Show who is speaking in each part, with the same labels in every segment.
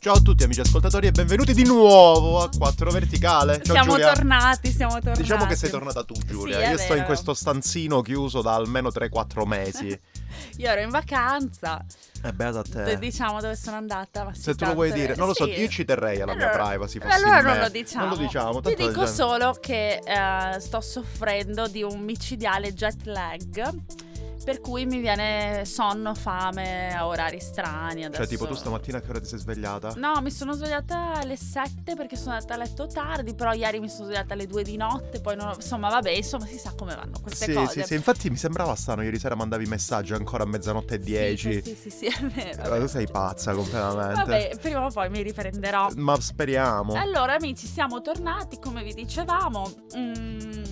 Speaker 1: Ciao a tutti amici ascoltatori e benvenuti di nuovo a 4 Verticale. Ciao,
Speaker 2: siamo
Speaker 1: Giulia.
Speaker 2: tornati, siamo tornati.
Speaker 1: Diciamo che sei tornata tu Giulia,
Speaker 2: Sì,
Speaker 1: io
Speaker 2: è
Speaker 1: sto in
Speaker 2: vero.
Speaker 1: questo stanzino chiuso da almeno 3-4 mesi.
Speaker 2: Io ero in vacanza,
Speaker 1: e Eh, beata te.
Speaker 2: d- diciamo dove sono andata. ma sì,
Speaker 1: Se tu lo
Speaker 2: tanto
Speaker 1: vuoi
Speaker 2: è-
Speaker 1: dire, non lo so,
Speaker 2: sì.
Speaker 1: io ci terrei alla mia
Speaker 2: Allora-
Speaker 1: privacy. fossi
Speaker 2: Allora
Speaker 1: in me.
Speaker 2: non lo diciamo.
Speaker 1: Non lo diciamo,
Speaker 2: Ti
Speaker 1: tanto-
Speaker 2: dico solo che eh, sto soffrendo di un micidiale jet lag. Per cui mi viene sonno, fame a orari strani. Adesso. Mm,
Speaker 1: Cioè, tipo, tu stamattina a che ora ti sei svegliata?
Speaker 2: No, mi sono svegliata alle 7 perché sono andata a letto tardi. Però ieri mi sono svegliata alle 2 di notte. Poi non ho- Insomma, vabbè, insomma, si sa come vanno queste
Speaker 1: Sì,
Speaker 2: cose.
Speaker 1: sì, sì, infatti mi sembrava strano, ieri sera mandavi messaggio ancora a mezzanotte e 10.
Speaker 2: Sì, sì, sì, sì, è vero.
Speaker 1: Ma tu sei pazza completamente.
Speaker 2: Vabbè, prima o poi mi riprenderò.
Speaker 1: Ma speriamo.
Speaker 2: Allora, amici, siamo tornati, come vi dicevamo. Mm,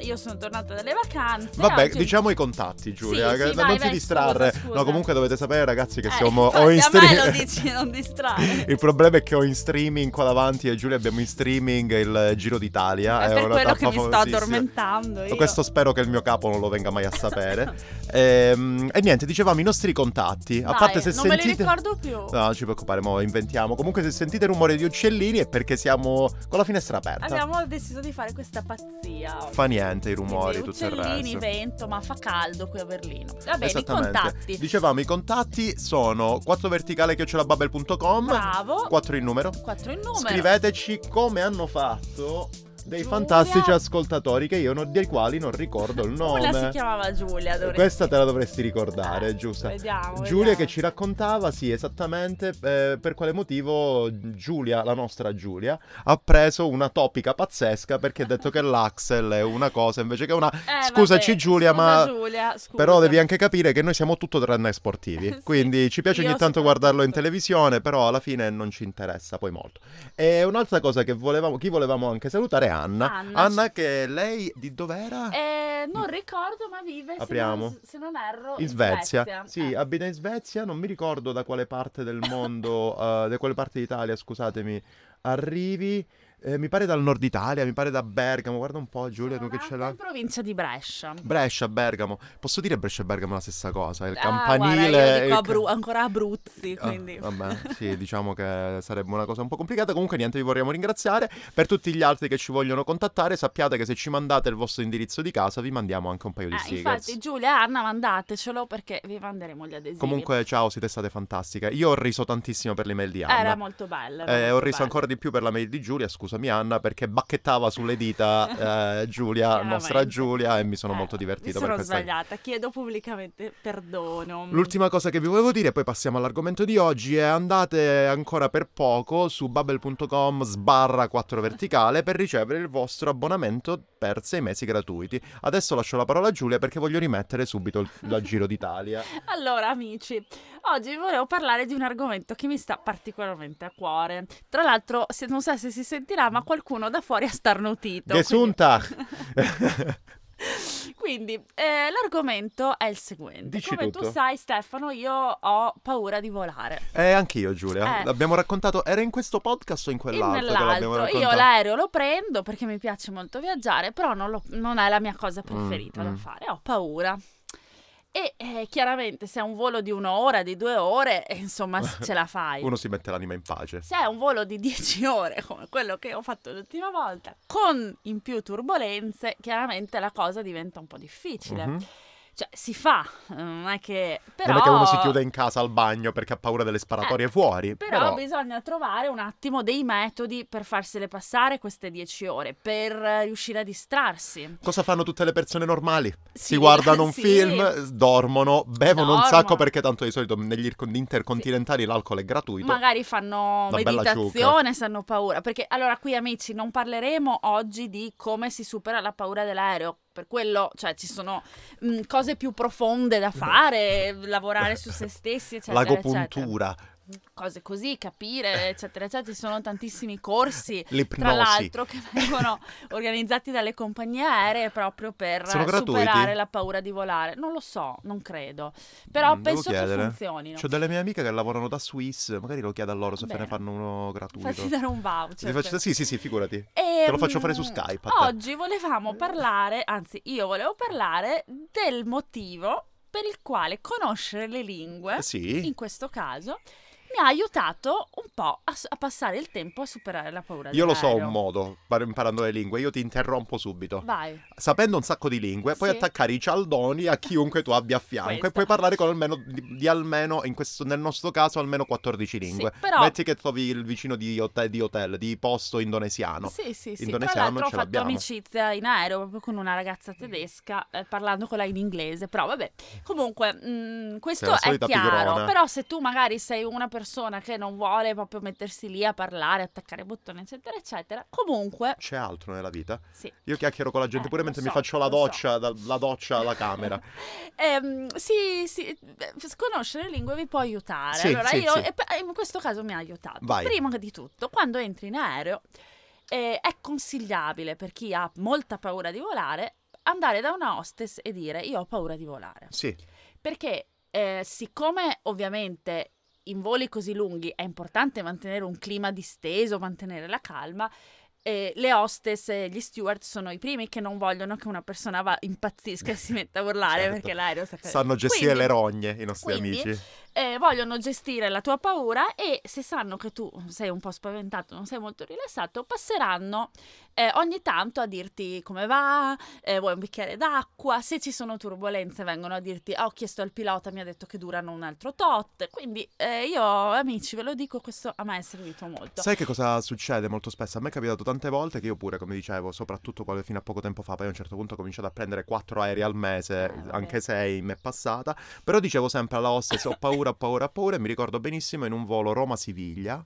Speaker 2: io sono tornata dalle vacanze.
Speaker 1: Vabbè,
Speaker 2: oggi-
Speaker 1: diciamo i contatti, Giulia,
Speaker 2: Sì, sì,
Speaker 1: che non
Speaker 2: vai, vai,
Speaker 1: ti
Speaker 2: scusa,
Speaker 1: distrarre.
Speaker 2: scusa.
Speaker 1: No, comunque dovete sapere, ragazzi, che
Speaker 2: Eh,
Speaker 1: siamo
Speaker 2: infatti,
Speaker 1: o in
Speaker 2: a me
Speaker 1: streaming.
Speaker 2: lo dici, non distrarre.
Speaker 1: Il problema è che ho in streaming qua davanti e Giulia abbiamo in streaming il Giro d'Italia.
Speaker 2: è per
Speaker 1: Ah, una
Speaker 2: quello che
Speaker 1: tappa
Speaker 2: mi sto
Speaker 1: famosissima.
Speaker 2: addormentando. Io.
Speaker 1: Questo spero che il mio capo non lo venga mai a sapere. Ehm, e niente, dicevamo i nostri contatti. a
Speaker 2: Vai,
Speaker 1: parte se
Speaker 2: non me li
Speaker 1: sentite.
Speaker 2: ricordo più.
Speaker 1: No, non ci preoccupare, mo inventiamo. Comunque, se sentite il rumore di uccellini è perché siamo con la finestra aperta.
Speaker 2: Abbiamo deciso di fare questa pazzia. oggi.
Speaker 1: Fa niente i
Speaker 2: Quindi
Speaker 1: rumori, tutto il
Speaker 2: uccellini,
Speaker 1: resto.
Speaker 2: vento, ma fa caldo qui a Berlino. Vabbè, i
Speaker 1: Esattamente.
Speaker 2: contatti.
Speaker 1: Dicevamo i contatti sono 4verticale.babel.com
Speaker 2: Bravo.
Speaker 1: 4 in numero.
Speaker 2: Quattro in numero.
Speaker 1: Scriveteci come hanno fatto dei
Speaker 2: Giulia.
Speaker 1: fantastici ascoltatori che io non- dei quali non ricordo il
Speaker 2: Una si
Speaker 1: nome. Eh,
Speaker 2: chiamava Giulia. dovresti-
Speaker 1: Questa te la dovresti ricordare,
Speaker 2: Eh,
Speaker 1: giusta?
Speaker 2: Vediamo.
Speaker 1: Giulia
Speaker 2: vediamo.
Speaker 1: che ci raccontava, sì, esattamente eh, per quale motivo Giulia, la nostra Giulia, ha preso una topica pazzesca perché ha detto che l'Axel è una cosa invece che una...
Speaker 2: Eh,
Speaker 1: Scusaci
Speaker 2: vabbè,
Speaker 1: Giulia,
Speaker 2: scusa
Speaker 1: ma...
Speaker 2: Giulia, scusa.
Speaker 1: Però devi anche capire che noi siamo tutto tranne sportivi,
Speaker 2: Sì, esatto.
Speaker 1: quindi ci piace
Speaker 2: io
Speaker 1: ogni tanto
Speaker 2: soprattutto.
Speaker 1: guardarlo in televisione, però alla fine non ci interessa poi molto. E un'altra cosa che volevamo, chi volevamo anche salutare è Anna.
Speaker 2: Anna.
Speaker 1: che lei di dov'era?
Speaker 2: Eh, non ricordo, ma vive, se
Speaker 1: Apriamo.
Speaker 2: non, se non erro,
Speaker 1: In Svezia, sì,
Speaker 2: Eh.
Speaker 1: abita in Svezia, non mi ricordo da quale parte del mondo, eh, da quale parte d'Italia, scusatemi, arrivi, eh, mi pare dal nord Italia, mi pare da Bergamo, guarda un po' Giulia, tu
Speaker 2: Sono
Speaker 1: che
Speaker 2: nata
Speaker 1: ce l'hai?
Speaker 2: in provincia di Brescia.
Speaker 1: Brescia, Bergamo, posso dire Brescia e Bergamo la stessa cosa, il
Speaker 2: Ah,
Speaker 1: campanile...
Speaker 2: guarda, io
Speaker 1: il
Speaker 2: dico
Speaker 1: ca-
Speaker 2: Abru- ancora Abruzzi,
Speaker 1: Ah,
Speaker 2: quindi...
Speaker 1: vabbè, sì, diciamo che sarebbe una cosa un po' complicata. Comunque, niente, vi vorremmo ringraziare. Per tutti gli altri che ci vogliono contattare, sappiate che se ci mandate il vostro indirizzo di casa, vi mandiamo anche un paio di
Speaker 2: Eh,
Speaker 1: stickers.
Speaker 2: infatti, Giulia e Anna, mandatecelo perché vi manderemo gli adesivi.
Speaker 1: Comunque, ciao, siete state fantastiche. Io ho riso tantissimo per l'email di Anna.
Speaker 2: Era molto bella. era
Speaker 1: Eh, ho
Speaker 2: molto
Speaker 1: riso
Speaker 2: bella.
Speaker 1: ancora di più per la mail di Giulia, scusami Anna, perché bacchettava sulle dita eh, Giulia,
Speaker 2: Chiaramente.
Speaker 1: nostra Giulia, e mi sono
Speaker 2: Eh,
Speaker 1: molto divertito
Speaker 2: Mi
Speaker 1: per
Speaker 2: sono
Speaker 1: questa.
Speaker 2: sbagliata, chiedo pubblicamente perdono.
Speaker 1: L'ultima cosa che vi volevo dire, poi passiamo all'argomento di oggi, è andate ancora per poco su bubble.com sbarra 4 verticale per ricevere il vostro abbonamento per 6 mesi gratuiti. Adesso lascio la parola a Giulia perché voglio rimettere subito il- la Giro d'Italia.
Speaker 2: Allora, amici, oggi vi volevo parlare di un argomento che mi sta particolarmente a cuore. Tra l'altro, se- non so se si sentirà, ma qualcuno da fuori ha starnutito.
Speaker 1: Gesuntag!
Speaker 2: Quindi, quindi, eh, l'argomento è il seguente.
Speaker 1: Dici
Speaker 2: Come
Speaker 1: tutto.
Speaker 2: tu sai, Stefano, io ho paura di volare.
Speaker 1: E anch'io Giulia,
Speaker 2: Eh.
Speaker 1: l'abbiamo raccontato, era in questo podcast o in quell'altro? che l'abbiamo
Speaker 2: Nell'altro, io
Speaker 1: raccontato?
Speaker 2: l'aereo lo prendo perché mi piace molto viaggiare, però non, lo- non è la mia cosa preferita
Speaker 1: Mm, mm.
Speaker 2: da fare, ho paura. E eh, chiaramente se è un volo di un'ora, di due ore, eh, insomma ce la fai.
Speaker 1: Uno si mette l'anima in pace.
Speaker 2: Se è un volo di 10 ore, come quello che ho fatto l'ultima volta, con in più turbolenze, chiaramente la cosa diventa un po' difficile.
Speaker 1: Mhm.
Speaker 2: Cioè, si fa, non è che... Però... Eh,
Speaker 1: Non è che uno si chiude in casa al bagno perché ha paura delle sparatorie fuori.
Speaker 2: Però, bisogna trovare un attimo dei metodi per farsele passare queste 10 ore, per eh, riuscire a distrarsi.
Speaker 1: Cosa fanno tutte le persone normali?
Speaker 2: Sì,
Speaker 1: Si guardano un
Speaker 2: sì.
Speaker 1: film, s- dormono, bevono un
Speaker 2: Dormono.
Speaker 1: sacco perché tanto di solito negli ircon- intercontinentali l'alcol è gratuito.
Speaker 2: Magari fanno
Speaker 1: Una bella
Speaker 2: meditazione se hanno paura. Perché allora qui amici non parleremo oggi di come si supera la paura dell'aereo. Per quello, cioè, ci sono mh, cose più profonde da fare, lavorare su se stessi, eccetera, eccetera.
Speaker 1: L'agopuntura,
Speaker 2: Cose così, capire, eccetera, eccetera. Ci sono tantissimi corsi Tra
Speaker 1: l'ipnosi.
Speaker 2: l'altro che vengono organizzati dalle compagnie aeree proprio per
Speaker 1: Sono
Speaker 2: eh,
Speaker 1: gratuiti?
Speaker 2: superare la paura di volare. Non lo so, non credo. Però
Speaker 1: Mm, devo
Speaker 2: penso
Speaker 1: chiedere.
Speaker 2: che funzionino.
Speaker 1: C'ho delle mie amiche che lavorano da Swiss, magari lo chiedo a loro se te
Speaker 2: Bene.
Speaker 1: ne fanno uno gratuito.
Speaker 2: Fatti dare un voucher. cioè.
Speaker 1: Ti faccio- Sì, sì, sì, figurati.
Speaker 2: Ehm,
Speaker 1: te lo faccio fare su Skype a te.
Speaker 2: Oggi volevamo parlare, anzi io volevo parlare del motivo per il quale conoscere le lingue,
Speaker 1: Eh Sì.
Speaker 2: in questo caso, mi ha aiutato un po' a, s- a passare il tempo e a superare la paura
Speaker 1: Io lo so
Speaker 2: dell'aereo.
Speaker 1: un modo, par- imparando le lingue, io ti interrompo subito.
Speaker 2: Vai.
Speaker 1: Sapendo un sacco di lingue, puoi
Speaker 2: Sì.
Speaker 1: attaccare i cialdoni a chiunque tu abbia a fianco
Speaker 2: Questa.
Speaker 1: e puoi parlare con almeno, di, di almeno, in questo- nel nostro caso, almeno 14 lingue.
Speaker 2: Sì, però-
Speaker 1: Metti che trovi il vicino di hotel, di, hotel, di posto indonesiano.
Speaker 2: Sì, sì, sì. Tra
Speaker 1: Indonesiano
Speaker 2: l'altro ho
Speaker 1: ce
Speaker 2: fatto
Speaker 1: l'abbiamo.
Speaker 2: amicizia in aereo proprio con una ragazza tedesca eh, parlando con lei in inglese, però vabbè. Comunque, mh, questo
Speaker 1: Cioè, la
Speaker 2: è
Speaker 1: solita
Speaker 2: chiaro,
Speaker 1: pigrona.
Speaker 2: però se tu magari sei una persona che non vuole proprio mettersi lì a parlare, attaccare bottoni, eccetera, eccetera, comunque
Speaker 1: C'è altro nella vita?
Speaker 2: sì.
Speaker 1: Io chiacchiero con la gente
Speaker 2: Eh,
Speaker 1: pure
Speaker 2: lo
Speaker 1: mentre mi
Speaker 2: so,
Speaker 1: faccio la
Speaker 2: lo so.
Speaker 1: doccia, da- la doccia alla camera.
Speaker 2: Ehm, sì, sì, beh, sconoscere lingue vi può aiutare.
Speaker 1: Sì,
Speaker 2: allora
Speaker 1: sì,
Speaker 2: io,
Speaker 1: sì.
Speaker 2: e pe- in questo caso mi ha aiutato.
Speaker 1: Vai.
Speaker 2: Prima di tutto, quando entri in aereo, eh, è consigliabile per chi ha molta paura di volare andare da una hostess e dire io ho paura di volare.
Speaker 1: Sì,
Speaker 2: Perché eh, siccome ovviamente in voli così lunghi è importante mantenere un clima disteso, mantenere la calma, eh, le hostess e gli steward sono i primi che non vogliono che una persona va- impazzisca e si metta a urlare
Speaker 1: Certo.
Speaker 2: perché l'aereo sta cadendo.
Speaker 1: sanno gestire
Speaker 2: Quindi-
Speaker 1: le rogne i nostri
Speaker 2: quindi,
Speaker 1: amici.
Speaker 2: eh, vogliono gestire la tua paura e se sanno che tu sei un po' spaventato, non sei molto rilassato, passeranno eh, ogni tanto a dirti come va, eh, vuoi un bicchiere d'acqua, se ci sono turbulenze vengono a dirti "Ah, ho chiesto al pilota, mi ha detto che durano un altro tot, quindi eh, io amici ve lo dico, questo a me è servito molto.
Speaker 1: Sai che cosa succede molto spesso? A me è capitato tante volte che io pure, come dicevo, soprattutto quando fino a poco tempo fa, poi a un certo punto ho cominciato a prendere 4 aerei al mese,
Speaker 2: Eh, vabbè.
Speaker 1: anche 6 mi è passata, però dicevo sempre alla hostess ho paura, ho paura, ho paura e mi ricordo benissimo in un volo Roma-Siviglia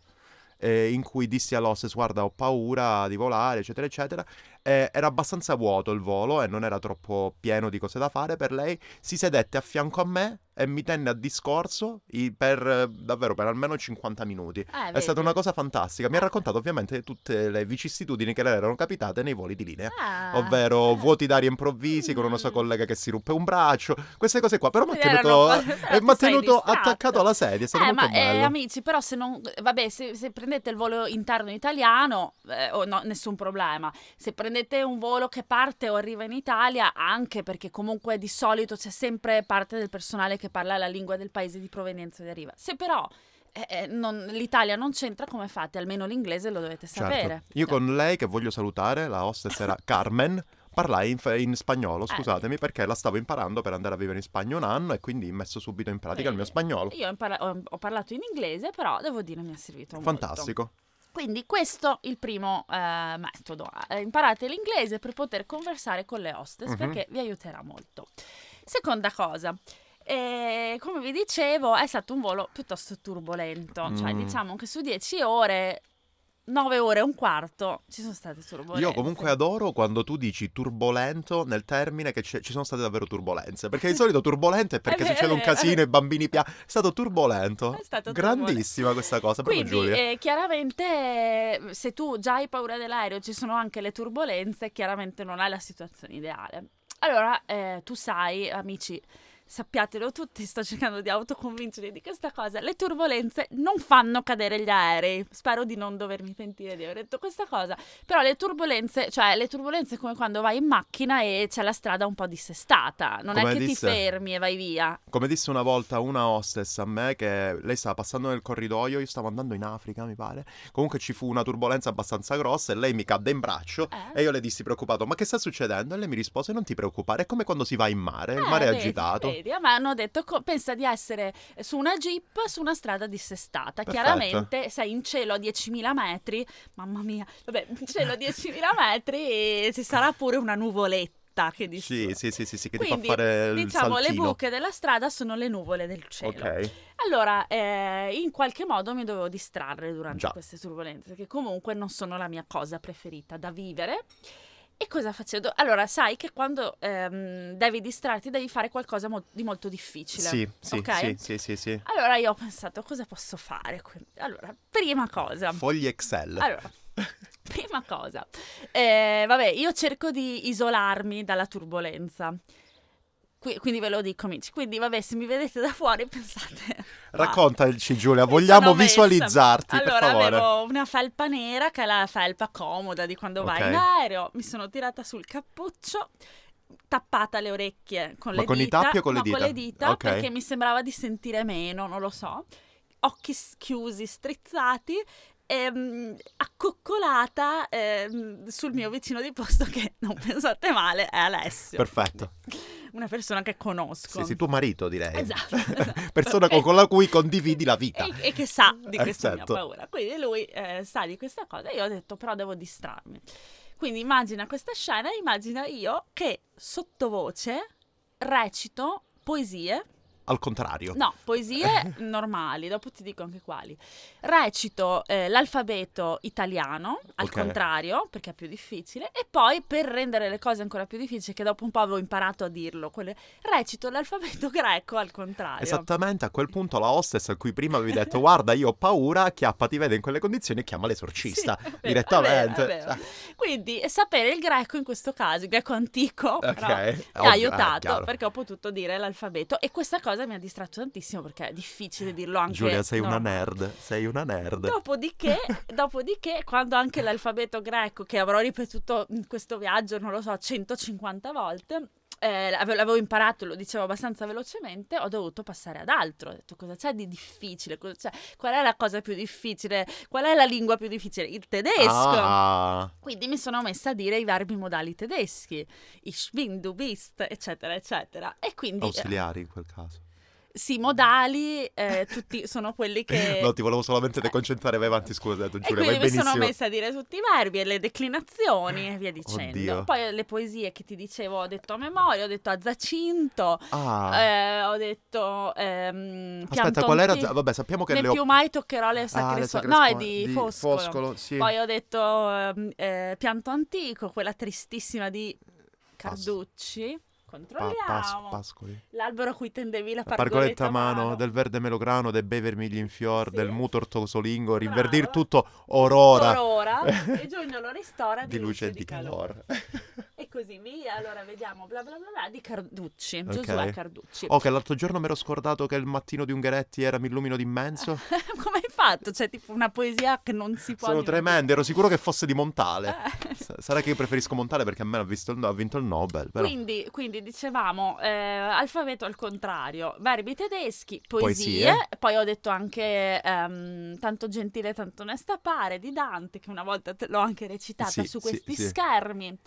Speaker 1: eh, in cui dissi all'hostess guarda ho paura di volare eccetera eccetera Eh, era abbastanza vuoto il volo e non era troppo pieno di cose da fare per lei si sedette a fianco a me e mi tenne a discorso i- per eh, davvero per almeno 50 minuti
Speaker 2: Eh,
Speaker 1: è
Speaker 2: vedi?
Speaker 1: stata una cosa fantastica. Mi ha raccontato ovviamente tutte le vicissitudini che le erano capitate nei voli di linea.
Speaker 2: Ah,
Speaker 1: Ovvero
Speaker 2: eh.
Speaker 1: vuoti d'aria improvvisi con una sua
Speaker 2: Mm.
Speaker 1: collega che si ruppe un braccio, queste cose qua. Però mi ha
Speaker 2: Erano
Speaker 1: tenuto,
Speaker 2: cose-
Speaker 1: eh, mi ha
Speaker 2: tu sei
Speaker 1: tenuto
Speaker 2: distratto.
Speaker 1: attaccato alla sedia, è stato
Speaker 2: Eh,
Speaker 1: molto
Speaker 2: ma eh,
Speaker 1: bello.
Speaker 2: amici, però se non. Vabbè, se, se prendete il volo interno italiano, eh, oh, no, nessun problema. Se prendete un volo che parte o arriva in Italia, anche perché comunque di solito c'è sempre parte del personale che parla la lingua del paese di provenienza e di arriva. Se però eh, eh, non- l'Italia non c'entra, come fate? Almeno l'inglese lo dovete
Speaker 1: Certo.
Speaker 2: sapere. Cioè,
Speaker 1: Io con lei, che voglio salutare, la hostess era Carmen. Parlai in, in
Speaker 2: Eh.
Speaker 1: spagnolo, scusatemi, perché la stavo imparando per andare a vivere in Spagna un anno e quindi ho messo subito in pratica il mio
Speaker 2: Quindi,
Speaker 1: spagnolo.
Speaker 2: Io ho, impara- ho- ho parlato in inglese, però devo dire mi ha servito molto.
Speaker 1: Fantastico.
Speaker 2: Quindi questo è il primo eh, metodo. Eh, imparate l'inglese per poter conversare con le hostess
Speaker 1: Mhm.
Speaker 2: perché vi aiuterà molto. Seconda cosa. eh, come vi dicevo, è stato un volo piuttosto turbolento, cioè
Speaker 1: Mm.
Speaker 2: diciamo che su 10 ore, 9 ore e un quarto ci sono state turbolenze.
Speaker 1: Io comunque adoro quando tu dici turbolento nel termine che c'è- ci sono state davvero turbolenze, perché di solito turbolento è perché
Speaker 2: vero,
Speaker 1: succede un
Speaker 2: è vero.
Speaker 1: casino e i bambini piangono. È stato turbolento.
Speaker 2: È stato
Speaker 1: Grandissima questa cosa, proprio
Speaker 2: Quindi
Speaker 1: Giulia.
Speaker 2: eh, chiaramente eh, se tu già hai paura dell'aereo ci sono anche le turbolenze, chiaramente non hai la situazione ideale. Allora eh, tu sai, amici, sappiatelo tutti, sto cercando di autoconvincervi di questa cosa, le turbolenze non fanno cadere gli aerei. Spero di non dovermi pentire di aver detto questa cosa, però le turbolenze, cioè le turbolenze è come quando vai in macchina e c'è la strada un po' dissestata, non
Speaker 1: Come
Speaker 2: è che
Speaker 1: disse-
Speaker 2: ti fermi e vai via.
Speaker 1: Come disse una volta una hostess a me che lei stava passando nel corridoio, io stavo andando in Africa, mi pare. Comunque ci fu una turbolenza abbastanza grossa e lei mi cadde in braccio
Speaker 2: Eh.
Speaker 1: e io le dissi preoccupato, ma che sta succedendo? E lei mi rispose, non ti preoccupare, è come quando si va in mare, il
Speaker 2: Eh,
Speaker 1: mare è
Speaker 2: vedi,
Speaker 1: agitato.
Speaker 2: Vedi, a me hanno detto, co- pensa di essere su una jeep su una strada dissestata.
Speaker 1: Perfetto.
Speaker 2: Chiaramente sei in cielo a 10.000 metri, mamma mia, vabbè, in cielo a 10.000 metri e ci sarà pure una nuvoletta che dici.
Speaker 1: Sì, sì, sì, sì, sì, che ti
Speaker 2: Quindi,
Speaker 1: fa fare il
Speaker 2: Diciamo, le
Speaker 1: saltino.
Speaker 2: buche della strada sono le nuvole del cielo.
Speaker 1: Ok.
Speaker 2: Allora, eh, in qualche modo mi dovevo distrarre durante
Speaker 1: Già.
Speaker 2: queste turbulenze, che comunque non sono la mia cosa preferita da vivere. E cosa facevo? Allora, sai che quando ehm, devi distrarti devi fare qualcosa mo- di molto difficile.
Speaker 1: Sì, sì,
Speaker 2: ok?
Speaker 1: sì, sì, sì, sì.
Speaker 2: Allora io ho pensato, cosa posso fare? qui? Allora, prima cosa.
Speaker 1: Fogli Excel.
Speaker 2: Allora, prima cosa. Eh, vabbè, io cerco di isolarmi dalla turbolenza. Qui- quindi ve lo dico, amici. Quindi, vabbè, se mi vedete da fuori, pensate...
Speaker 1: Raccontaci Giulia,
Speaker 2: Mi
Speaker 1: vogliamo
Speaker 2: sono messa.
Speaker 1: visualizzarti,
Speaker 2: allora,
Speaker 1: per favore.
Speaker 2: avevo una felpa nera che è la felpa comoda di quando
Speaker 1: Ok.
Speaker 2: vai in aereo. Mi sono tirata sul cappuccio, tappata le orecchie con
Speaker 1: Ma
Speaker 2: le
Speaker 1: con i
Speaker 2: dita.
Speaker 1: tappi o con le
Speaker 2: no,
Speaker 1: dita?
Speaker 2: con le dita
Speaker 1: Ok.
Speaker 2: perché mi sembrava di sentire meno, non lo so. occhi s- chiusi, strizzati, ehm, accoccolata ehm, sul mio vicino di posto che, non pensate male, è Alessio,
Speaker 1: Perfetto.
Speaker 2: una persona che conosco.
Speaker 1: Sì, sì, tuo marito direi.
Speaker 2: Esatto, esatto.
Speaker 1: Eh. Persona con, con la cui condividi la vita.
Speaker 2: E, e che sa di
Speaker 1: Eh,
Speaker 2: questa
Speaker 1: certo.
Speaker 2: mia paura. Quindi lui eh, sa di questa cosa e io ho detto però devo distrarmi. Quindi immagina questa scena, immagina io che sottovoce recito poesie,
Speaker 1: Al contrario.
Speaker 2: no, poesie normali, dopo ti dico anche quali. Recito eh, l'alfabeto italiano, al
Speaker 1: Ok.
Speaker 2: contrario, perché è più difficile, e poi per rendere le cose ancora più difficili, che dopo un po' avevo imparato a dirlo, quelle- recito l'alfabeto greco al contrario.
Speaker 1: Esattamente a quel punto la hostess a cui prima avevi detto guarda io ho paura, chiappa ti vede in quelle condizioni e chiama l'esorcista
Speaker 2: Sì, è vero, è
Speaker 1: direttamente. cioè.
Speaker 2: vero, è vero. Quindi eh, sapere il greco in questo caso, il greco antico,
Speaker 1: Ok,
Speaker 2: però, mi
Speaker 1: ovvio,
Speaker 2: ha
Speaker 1: eh,
Speaker 2: aiutato
Speaker 1: chiaro.
Speaker 2: perché ho potuto dire l'alfabeto e questa cosa mi ha distratto tantissimo perché è difficile dirlo anche.
Speaker 1: Giulia sei una
Speaker 2: normale.
Speaker 1: nerd, sei una nerd.
Speaker 2: Dopodiché, dopodiché, quando anche l'alfabeto greco, che avrò ripetuto in questo viaggio, non lo so, 150 volte, eh, l'ave- l'avevo imparato, lo dicevo abbastanza velocemente, ho dovuto passare ad altro. Ho detto cosa c'è di difficile, Cosa c'è? qual è la cosa più difficile, qual è la lingua più difficile? Il tedesco.
Speaker 1: Ah,
Speaker 2: Quindi mi sono messa a dire i verbi modali tedeschi, ich bin, du bist, eccetera, eccetera. E quindi eh,
Speaker 1: ausiliari in quel caso.
Speaker 2: sì, i modali eh, tutti sono quelli che...
Speaker 1: No, ti volevo solamente deconcentrare, vai avanti, scusa,
Speaker 2: E
Speaker 1: Giulia, vai
Speaker 2: quindi mi sono
Speaker 1: benissimo.
Speaker 2: messa a dire tutti i verbi e le declinazioni e via dicendo.
Speaker 1: Oddio.
Speaker 2: Poi le poesie che ti dicevo, ho detto a memoria, ho detto a Zacinto,
Speaker 1: Ah,
Speaker 2: eh, ho detto... ehm,
Speaker 1: aspetta,
Speaker 2: Pianton
Speaker 1: qual era?
Speaker 2: Ti-
Speaker 1: Vabbè, sappiamo che
Speaker 2: Ne
Speaker 1: le ho...
Speaker 2: più mai toccherò le
Speaker 1: Ah,
Speaker 2: sacre
Speaker 1: le
Speaker 2: suo-
Speaker 1: sacre
Speaker 2: No, è
Speaker 1: scuole-
Speaker 2: di, Foscolo.
Speaker 1: sì.
Speaker 2: Poi ho detto ehm, eh, Pianto Antico, quella tristissima di Carducci.
Speaker 1: Pa-
Speaker 2: Controlliamo.
Speaker 1: pas- pascoli.
Speaker 2: L'albero a cui tendevi la
Speaker 1: La
Speaker 2: pargoletta
Speaker 1: pargoletta
Speaker 2: a
Speaker 1: mano, del verde melograno, del beve vermigli in fior,
Speaker 2: Sì.
Speaker 1: del muto ortosolingo,
Speaker 2: Brava.
Speaker 1: rinverdir tutto orora.
Speaker 2: Aurora, e giugno lo ristora
Speaker 1: di luce e di calore.
Speaker 2: E così via. Allora vediamo bla bla bla, bla di Carducci,
Speaker 1: Ok.
Speaker 2: Giosuè Carducci.
Speaker 1: Oh, che l'altro giorno mi ero scordato che il mattino di Ungheretti era mi illumino d'immenso.
Speaker 2: Come hai fatto? C'è tipo una poesia che non si può
Speaker 1: Sono
Speaker 2: dimenticare.
Speaker 1: tremendo, ero sicuro che fosse di Montale.
Speaker 2: Eh.
Speaker 1: S- Sarà che io preferisco Montale perché a me ha, visto il no- ha vinto il Nobel. Però.
Speaker 2: Quindi, quindi dicevamo eh, alfabeto al contrario, verbi tedeschi, poesie,
Speaker 1: Poesie.
Speaker 2: poi ho detto anche ehm, tanto gentile, tanto onesta pare di Dante, che una volta te- l'ho anche recitata
Speaker 1: Sì,
Speaker 2: su
Speaker 1: sì,
Speaker 2: questi
Speaker 1: sì.
Speaker 2: schermi.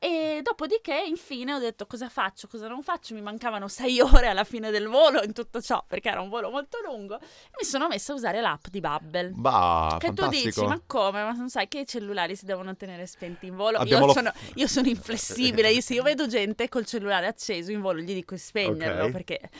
Speaker 2: E dopodiché, infine, ho detto cosa faccio, cosa non faccio. Mi mancavano sei ore alla fine del volo in tutto ciò, perché era un volo molto lungo. E mi sono messa a usare l'app di Bubble.
Speaker 1: Bah,
Speaker 2: Che tu
Speaker 1: Ah, fantastico.
Speaker 2: dici, ma come? Ma non sai che i cellulari si devono tenere spenti in volo?
Speaker 1: Abbiamo
Speaker 2: Io
Speaker 1: lo-
Speaker 2: sono, io sono inflessibile. Io, se io vedo gente col cellulare acceso in volo, gli dico di spegnerlo
Speaker 1: Ok.
Speaker 2: perché.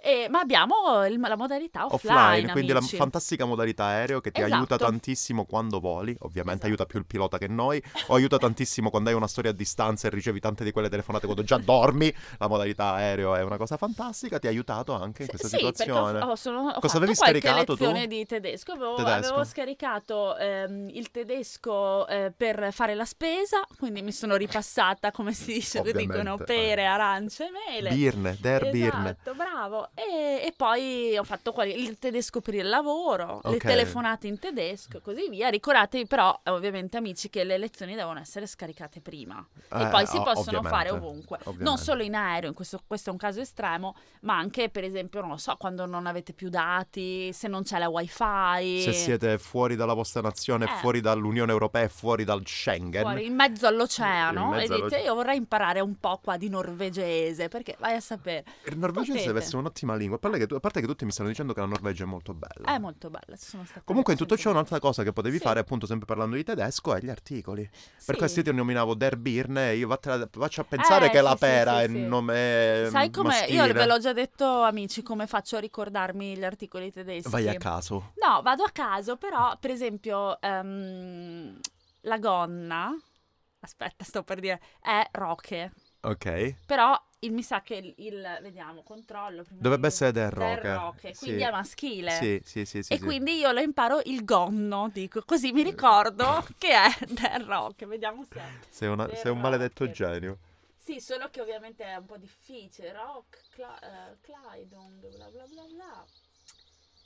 Speaker 2: eh, ma abbiamo il- la modalità offline.
Speaker 1: Offline, quindi la
Speaker 2: amici.
Speaker 1: fantastica modalità aereo che ti aiuta
Speaker 2: Esatto.
Speaker 1: tantissimo quando voli, ovviamente
Speaker 2: Esatto.
Speaker 1: aiuta più il pilota che noi, o aiuta tantissimo quando hai una storia a distanza e ricevi tante di quelle telefonate quando già dormi, la modalità aereo è una cosa fantastica, ti ha aiutato anche in questa
Speaker 2: sì,
Speaker 1: situazione.
Speaker 2: perché ho, ho- sono, ho fatto
Speaker 1: avevi
Speaker 2: qualche
Speaker 1: scaricato tu?
Speaker 2: lezione di tedesco. Avevo,
Speaker 1: Tedesco.
Speaker 2: avevo scaricato ehm, il tedesco eh, per fare la spesa, quindi mi sono ripassata, come si dice, che
Speaker 1: Ovviamente,
Speaker 2: dicono
Speaker 1: eh.
Speaker 2: pere, arance, mele.
Speaker 1: Birne, der Birne.
Speaker 2: Esatto, bravo. E, e poi ho fatto quali- il tedesco per il lavoro, le
Speaker 1: Ok.
Speaker 2: telefonate in tedesco e così via. Ricordatevi però, eh, ovviamente, amici, che le lezioni devono essere scaricate prima e
Speaker 1: Eh,
Speaker 2: poi si
Speaker 1: o-
Speaker 2: possono fare
Speaker 1: ovviamente,
Speaker 2: ovunque. Non
Speaker 1: ovviamente.
Speaker 2: solo in aereo, in questo, questo è un caso estremo, ma anche, per esempio, non lo so, quando non avete più dati, se non c'è la wifi.
Speaker 1: Se siete fuori dalla vostra nazione,
Speaker 2: Eh.
Speaker 1: fuori dall'Unione Europea, e fuori dal Schengen.
Speaker 2: Fuori, in mezzo all'oceano
Speaker 1: In mezzo
Speaker 2: e dite
Speaker 1: all'oce-
Speaker 2: io vorrei imparare un po' qua di norvegese perché vai a sapere
Speaker 1: Il norvegese
Speaker 2: potete.
Speaker 1: deve essere un'ottima lingua. A parte, che, tu- a parte che tutti mi stanno dicendo che la Norvegia è molto bella.
Speaker 2: è molto bella ci sono stata
Speaker 1: Comunque, in tutto ciò,
Speaker 2: recentemente.
Speaker 1: un'altra cosa che potevi
Speaker 2: Sì.
Speaker 1: fare, appunto, sempre parlando di tedesco, è gli articoli. Per
Speaker 2: Sì.
Speaker 1: questo io ti nominavo Der Birne. Io vattene- faccio a pensare
Speaker 2: Eh,
Speaker 1: che la
Speaker 2: sì, sì,
Speaker 1: pera
Speaker 2: sì,
Speaker 1: è
Speaker 2: sì.
Speaker 1: nome.
Speaker 2: Sai come io
Speaker 1: Ehm, maschile.
Speaker 2: ve l'ho già detto amici come faccio a ricordarmi gli articoli tedeschi?
Speaker 1: Vai a caso.
Speaker 2: No, vado a caso, però per esempio ehm, la gonna, aspetta sto per dire, è roche,
Speaker 1: Ok.
Speaker 2: però il- mi sa che il, il- vediamo, controllo. prima
Speaker 1: Dovrebbe
Speaker 2: di-
Speaker 1: essere Der
Speaker 2: Der
Speaker 1: Roche.
Speaker 2: Roche,
Speaker 1: Sì.
Speaker 2: quindi è maschile.
Speaker 1: Sì, sì, sì. sì,
Speaker 2: e
Speaker 1: sì.
Speaker 2: quindi io lo imparo il gonno, dico, così mi ricordo che è del rock. Vediamo se è.
Speaker 1: Sei, una-
Speaker 2: Der
Speaker 1: sei un maledetto
Speaker 2: Roche.
Speaker 1: genio.
Speaker 2: Sì, solo che ovviamente è un po' difficile. Rock, Cla- eh, Kleidung, bla bla bla bla.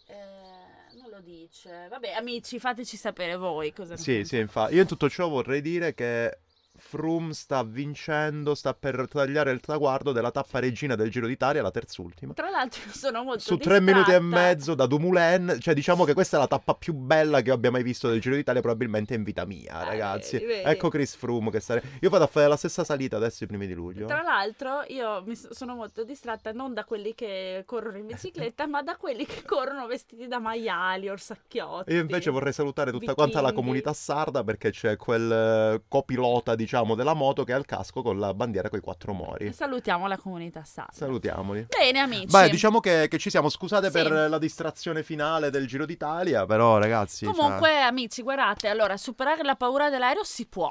Speaker 2: Eh, non lo dice. Vabbè, amici, fateci sapere voi cosa ne
Speaker 1: Sì,
Speaker 2: pensate.
Speaker 1: sì, infatti. Io in tutto ciò vorrei dire che Froome sta vincendo, sta per tagliare il traguardo della tappa regina del Giro d'Italia, la terz'ultima.
Speaker 2: Tra l'altro io sono molto
Speaker 1: Su tre minuti e
Speaker 2: distratta.
Speaker 1: mezzo da Dumoulin, cioè diciamo che questa è la tappa più bella che io abbia mai visto del Giro d'Italia probabilmente in vita mia,
Speaker 2: Eh,
Speaker 1: ragazzi.
Speaker 2: vedi, vedi.
Speaker 1: ecco Chris Froome che sarebbe... Io vado a fare la stessa salita adesso i primi di luglio.
Speaker 2: Tra l'altro io mi so- sono molto distratta non da quelli che corrono in bicicletta, ma da quelli che corrono vestiti da maiali, orsacchiotti.
Speaker 1: Io invece vorrei salutare tutta quanta la
Speaker 2: Vichinghi.
Speaker 1: comunità sarda perché c'è quel eh, copilota, diciamo, della moto che ha il casco con la bandiera coi quattro
Speaker 2: Esatto.
Speaker 1: mori.
Speaker 2: Salutiamo la comunità sarda.
Speaker 1: Salutiamoli.
Speaker 2: Bene amici.
Speaker 1: Beh, diciamo che, che ci siamo, scusate
Speaker 2: Sì.
Speaker 1: per la distrazione finale del Giro d'Italia, però ragazzi... cioè,
Speaker 2: Comunque, amici, guardate, allora, superare la paura dell'aereo si può.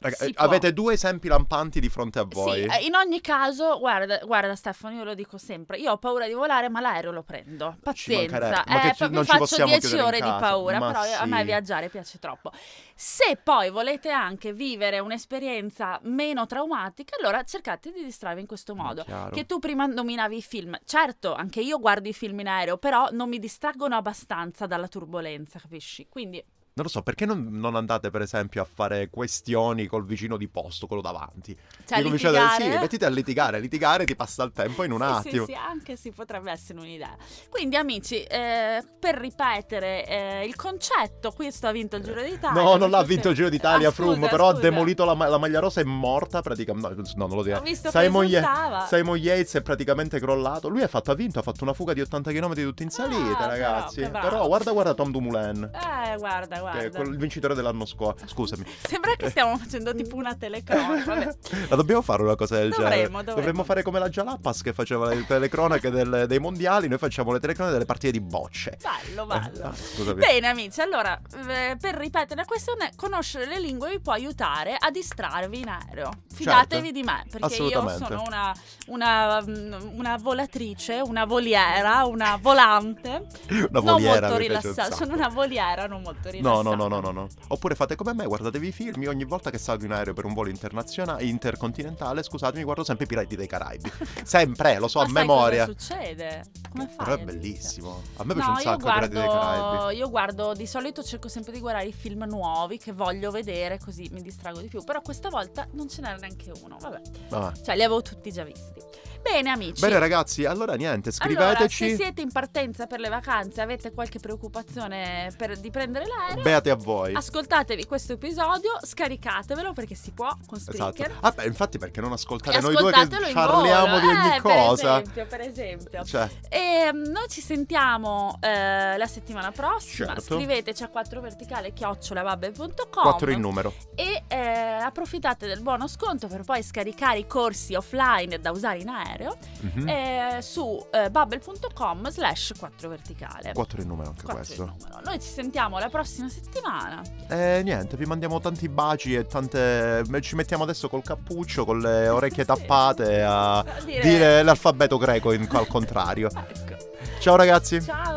Speaker 1: raga- eh,
Speaker 2: si può.
Speaker 1: avete due esempi lampanti di fronte a voi.
Speaker 2: Sì, eh, in ogni caso, guarda, guarda Stefano, io lo dico sempre, io ho paura di volare, ma l'aereo lo prendo. Pazienza,
Speaker 1: mancherebbe, ma che
Speaker 2: eh,
Speaker 1: ci-
Speaker 2: fa-
Speaker 1: non
Speaker 2: mi
Speaker 1: ci
Speaker 2: faccio
Speaker 1: possiamo
Speaker 2: 10
Speaker 1: chiudere in
Speaker 2: ore di
Speaker 1: casa,
Speaker 2: paura,
Speaker 1: ma
Speaker 2: però eh, a me
Speaker 1: sì.
Speaker 2: viaggiare piace troppo. Se poi volete anche vivere un'esperienza meno traumatica, allora cercate di distrarvi in questo
Speaker 1: Ma
Speaker 2: modo.
Speaker 1: chiaro.
Speaker 2: Che tu prima nominavi i film. Certo, anche io guardo i film in aereo, però non mi distraggono abbastanza dalla turbolenza, capisci? Quindi
Speaker 1: Non lo so, perché non, non andate per esempio a fare questioni col vicino di posto, quello davanti?
Speaker 2: Cioè,
Speaker 1: Vi cominciate a-
Speaker 2: litigare?
Speaker 1: Sì, mettiti a litigare, a litigare ti passa il tempo in un
Speaker 2: Sì,
Speaker 1: attimo.
Speaker 2: Sì, ah, sì, anche sì, potrebbe essere un'idea. Quindi, amici, eh, per ripetere eh, il concetto, questo ha vinto il Giro d'Italia.
Speaker 1: No, non l'ha
Speaker 2: perché-
Speaker 1: vinto il Giro d'Italia
Speaker 2: Ah,
Speaker 1: Froome,
Speaker 2: scusa,
Speaker 1: però
Speaker 2: scusa.
Speaker 1: ha demolito la, ma- la maglia rosa è morta praticamente. No, no, non lo dire.
Speaker 2: Ho visto che
Speaker 1: Simon, Ye-
Speaker 2: esultava.
Speaker 1: Simon Yates è praticamente crollato. Lui ha fatto, ha vinto, ha fatto una fuga di 80 km tutti in salita,
Speaker 2: però,
Speaker 1: ragazzi.
Speaker 2: che
Speaker 1: Però,
Speaker 2: Ah, bravo.
Speaker 1: guarda, guarda Tom Dumoulin,
Speaker 2: Eh,
Speaker 1: che
Speaker 2: guarda,
Speaker 1: è
Speaker 2: guarda.
Speaker 1: quel- il vincitore dell'anno scorso. Scusami.
Speaker 2: Sembra che stiamo facendo tipo una telecronaca. vabbè.
Speaker 1: La dobbiamo fare una cosa del
Speaker 2: Dovremmo,
Speaker 1: genere.
Speaker 2: dovremmo.
Speaker 1: fare come la Jalapas che faceva le telecronache del- dei mondiali. Noi facciamo le telecronache delle partite di bocce.
Speaker 2: Bello, bello.
Speaker 1: Ah, scusami.
Speaker 2: Bene amici, allora eh, per ripetere la questione, conoscere le lingue vi può aiutare a distrarvi in aereo. Fidatevi di me, perché io
Speaker 1: Certo. assolutamente.
Speaker 2: sono una, una, mm, una volatrice, una voliera, una volante.
Speaker 1: Una
Speaker 2: non
Speaker 1: voliera,
Speaker 2: molto
Speaker 1: mi piace un
Speaker 2: rilassata,
Speaker 1: sacco.
Speaker 2: sono una voliera non molto
Speaker 1: No,
Speaker 2: rilassata.
Speaker 1: no, no, no, no, no. Oppure fate come me, guardatevi i film. Io ogni volta che salgo in aereo per un volo internazionale, intercontinentale, scusatemi, guardo sempre i Pirati dei Caraibi. Sempre, lo so,
Speaker 2: Ma
Speaker 1: a
Speaker 2: sai
Speaker 1: memoria.
Speaker 2: cosa succede? Come fai?
Speaker 1: Però è
Speaker 2: Alice?
Speaker 1: bellissimo. A me piace
Speaker 2: No,
Speaker 1: un
Speaker 2: io
Speaker 1: sacco i Pirati dei Caraibi.
Speaker 2: guardo, io guardo, di solito cerco sempre di guardare i film nuovi che voglio vedere così mi distrago di più, però questa volta non ce n'era neanche uno, vabbè.
Speaker 1: Vabbè.
Speaker 2: Cioè, li avevo tutti già visti. Bene, amici.
Speaker 1: Bene ragazzi, allora niente,
Speaker 2: allora,
Speaker 1: scriveteci.
Speaker 2: se siete in partenza per le vacanze, avete qualche preoccupazione per- di prendere l'aereo,
Speaker 1: Beate a voi.
Speaker 2: ascoltatevi questo episodio, scaricatevelo perché si può con Spreaker.
Speaker 1: Esatto. Ah, beh, infatti perché non ascoltare
Speaker 2: E
Speaker 1: noi due che
Speaker 2: ascoltatelo in
Speaker 1: parliamo
Speaker 2: volo,
Speaker 1: di ogni
Speaker 2: eh,
Speaker 1: cosa?
Speaker 2: Per esempio, per esempio.
Speaker 1: Cioè,
Speaker 2: E mm, noi ci sentiamo eh, la settimana prossima.
Speaker 1: Certo.
Speaker 2: Scriveteci a 4 verticale chiocciolababbe.com
Speaker 1: quattro in numero.
Speaker 2: e eh, approfittate del buono sconto per poi scaricare i corsi offline da usare in aereo
Speaker 1: Mhm.
Speaker 2: eh, su eh, bubble.com slash 4 verticale.
Speaker 1: Quattro in numero anche questo.
Speaker 2: Noi ci sentiamo la prossima settimana.
Speaker 1: E niente, vi mandiamo tanti baci e tante. eh, Ci mettiamo adesso col cappuccio, con le orecchie
Speaker 2: Sì.
Speaker 1: tappate a
Speaker 2: A
Speaker 1: dire l'alfabeto greco in- al contrario.
Speaker 2: Ecco.
Speaker 1: Ciao ragazzi!
Speaker 2: Ciao.